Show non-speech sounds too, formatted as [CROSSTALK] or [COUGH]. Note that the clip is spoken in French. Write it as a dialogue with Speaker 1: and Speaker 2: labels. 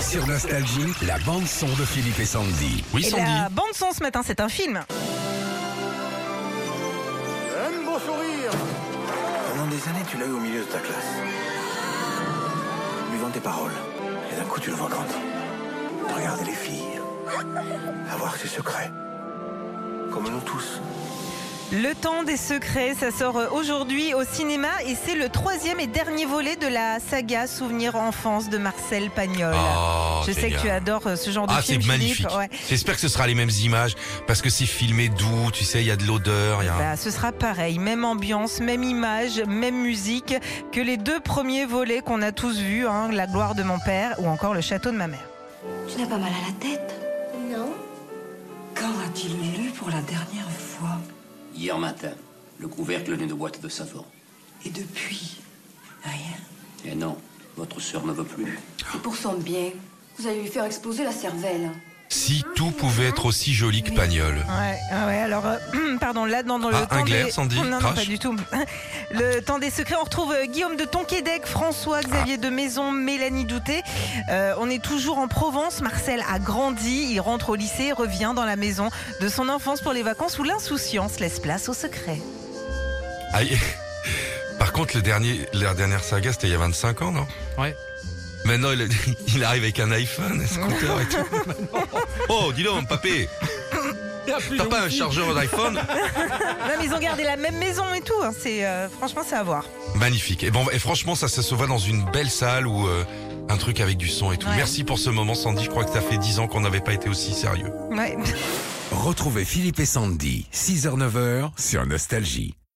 Speaker 1: Sur Nostalgie, la bande-son de Philippe et Sandy.
Speaker 2: Oui,
Speaker 3: Et
Speaker 2: Sandy.
Speaker 3: la Eh bande son ce matin, c'est un film.
Speaker 4: Un beau sourire
Speaker 5: Pendant des années, tu l'as eu au milieu de ta classe. Lui vends tes paroles. Et d'un coup, tu le vois grandir. Regarder les filles. Avoir ses secrets. Comme nous tous.
Speaker 3: Le temps des secrets, ça sort euh, aujourd'hui au cinéma et c'est le troisième et dernier volet de la saga Souvenir enfance de Marcel Pagnol.
Speaker 2: Oh,
Speaker 3: Je sais que
Speaker 2: génial.
Speaker 3: tu adores euh, ce genre
Speaker 2: Ah,
Speaker 3: de film.
Speaker 2: c'est
Speaker 3: Philippe.
Speaker 2: magnifique.
Speaker 3: Ouais.
Speaker 2: J'espère que ce sera les mêmes images parce que c'est filmé doux, tu sais, il y a de l'odeur, il y a un-
Speaker 3: Bah, ce sera pareil, même ambiance, même image, même musique que les deux premiers volets qu'on a tous vus, hein, La gloire de mon père ou encore Le château de ma mère.
Speaker 6: Tu n'as pas mal à la tête Non.
Speaker 7: Quand a-t-il lu pour la dernière fois
Speaker 8: Hier matin, le couvercle d'une boîte de savon.
Speaker 7: Et depuis Rien.
Speaker 8: Et non, votre sœur ne veut plus.
Speaker 6: C'est pour son bien. Vous allez lui faire exploser la cervelle.
Speaker 2: Si tout pouvait être aussi joli que Pagnol.
Speaker 3: Ouais, ah ouais, alors, euh, [CLEARS THROAT] pardon, là, dans, dans le
Speaker 2: Ah,
Speaker 3: temps
Speaker 2: un glaire,
Speaker 3: des...
Speaker 2: Sandy,
Speaker 3: non, non,
Speaker 2: crash.
Speaker 3: pas du tout. [LAUGHS] Le temps des secrets, on retrouve euh, Guillaume de Tonquédec, François, Xavier de Maison, Mélanie Douté. Euh, on est toujours en Provence. Marcel a grandi, il rentre au lycée, revient dans la maison de son enfance pour les vacances où l'insouciance laisse place au secret.
Speaker 2: Ah, et- [LAUGHS] Par contre, le dernier, la dernière saga, c'était il y a 25 ans, non
Speaker 9: Ouais.
Speaker 2: Maintenant, il, [LAUGHS] il arrive avec un iPhone, un scooter et tout.
Speaker 3: [LAUGHS]
Speaker 2: oh, dis donc, papé, t'as pas un chargeur d'iPhone
Speaker 3: Non, mais ils ont gardé la même maison et tout. hein. C'est euh, Franchement, c'est à voir.
Speaker 2: Magnifique. Et, bon, et franchement, ça, ça se voit dans une belle salle ou euh, un truc avec du son et tout.
Speaker 3: Ouais.
Speaker 2: Merci pour ce moment, Sandy. Je crois que ça fait 10 ans qu'on n'avait pas été aussi sérieux.
Speaker 3: Ouais.
Speaker 1: Retrouvez Philippe et Sandy, 6h-9h, sur Nostalgie.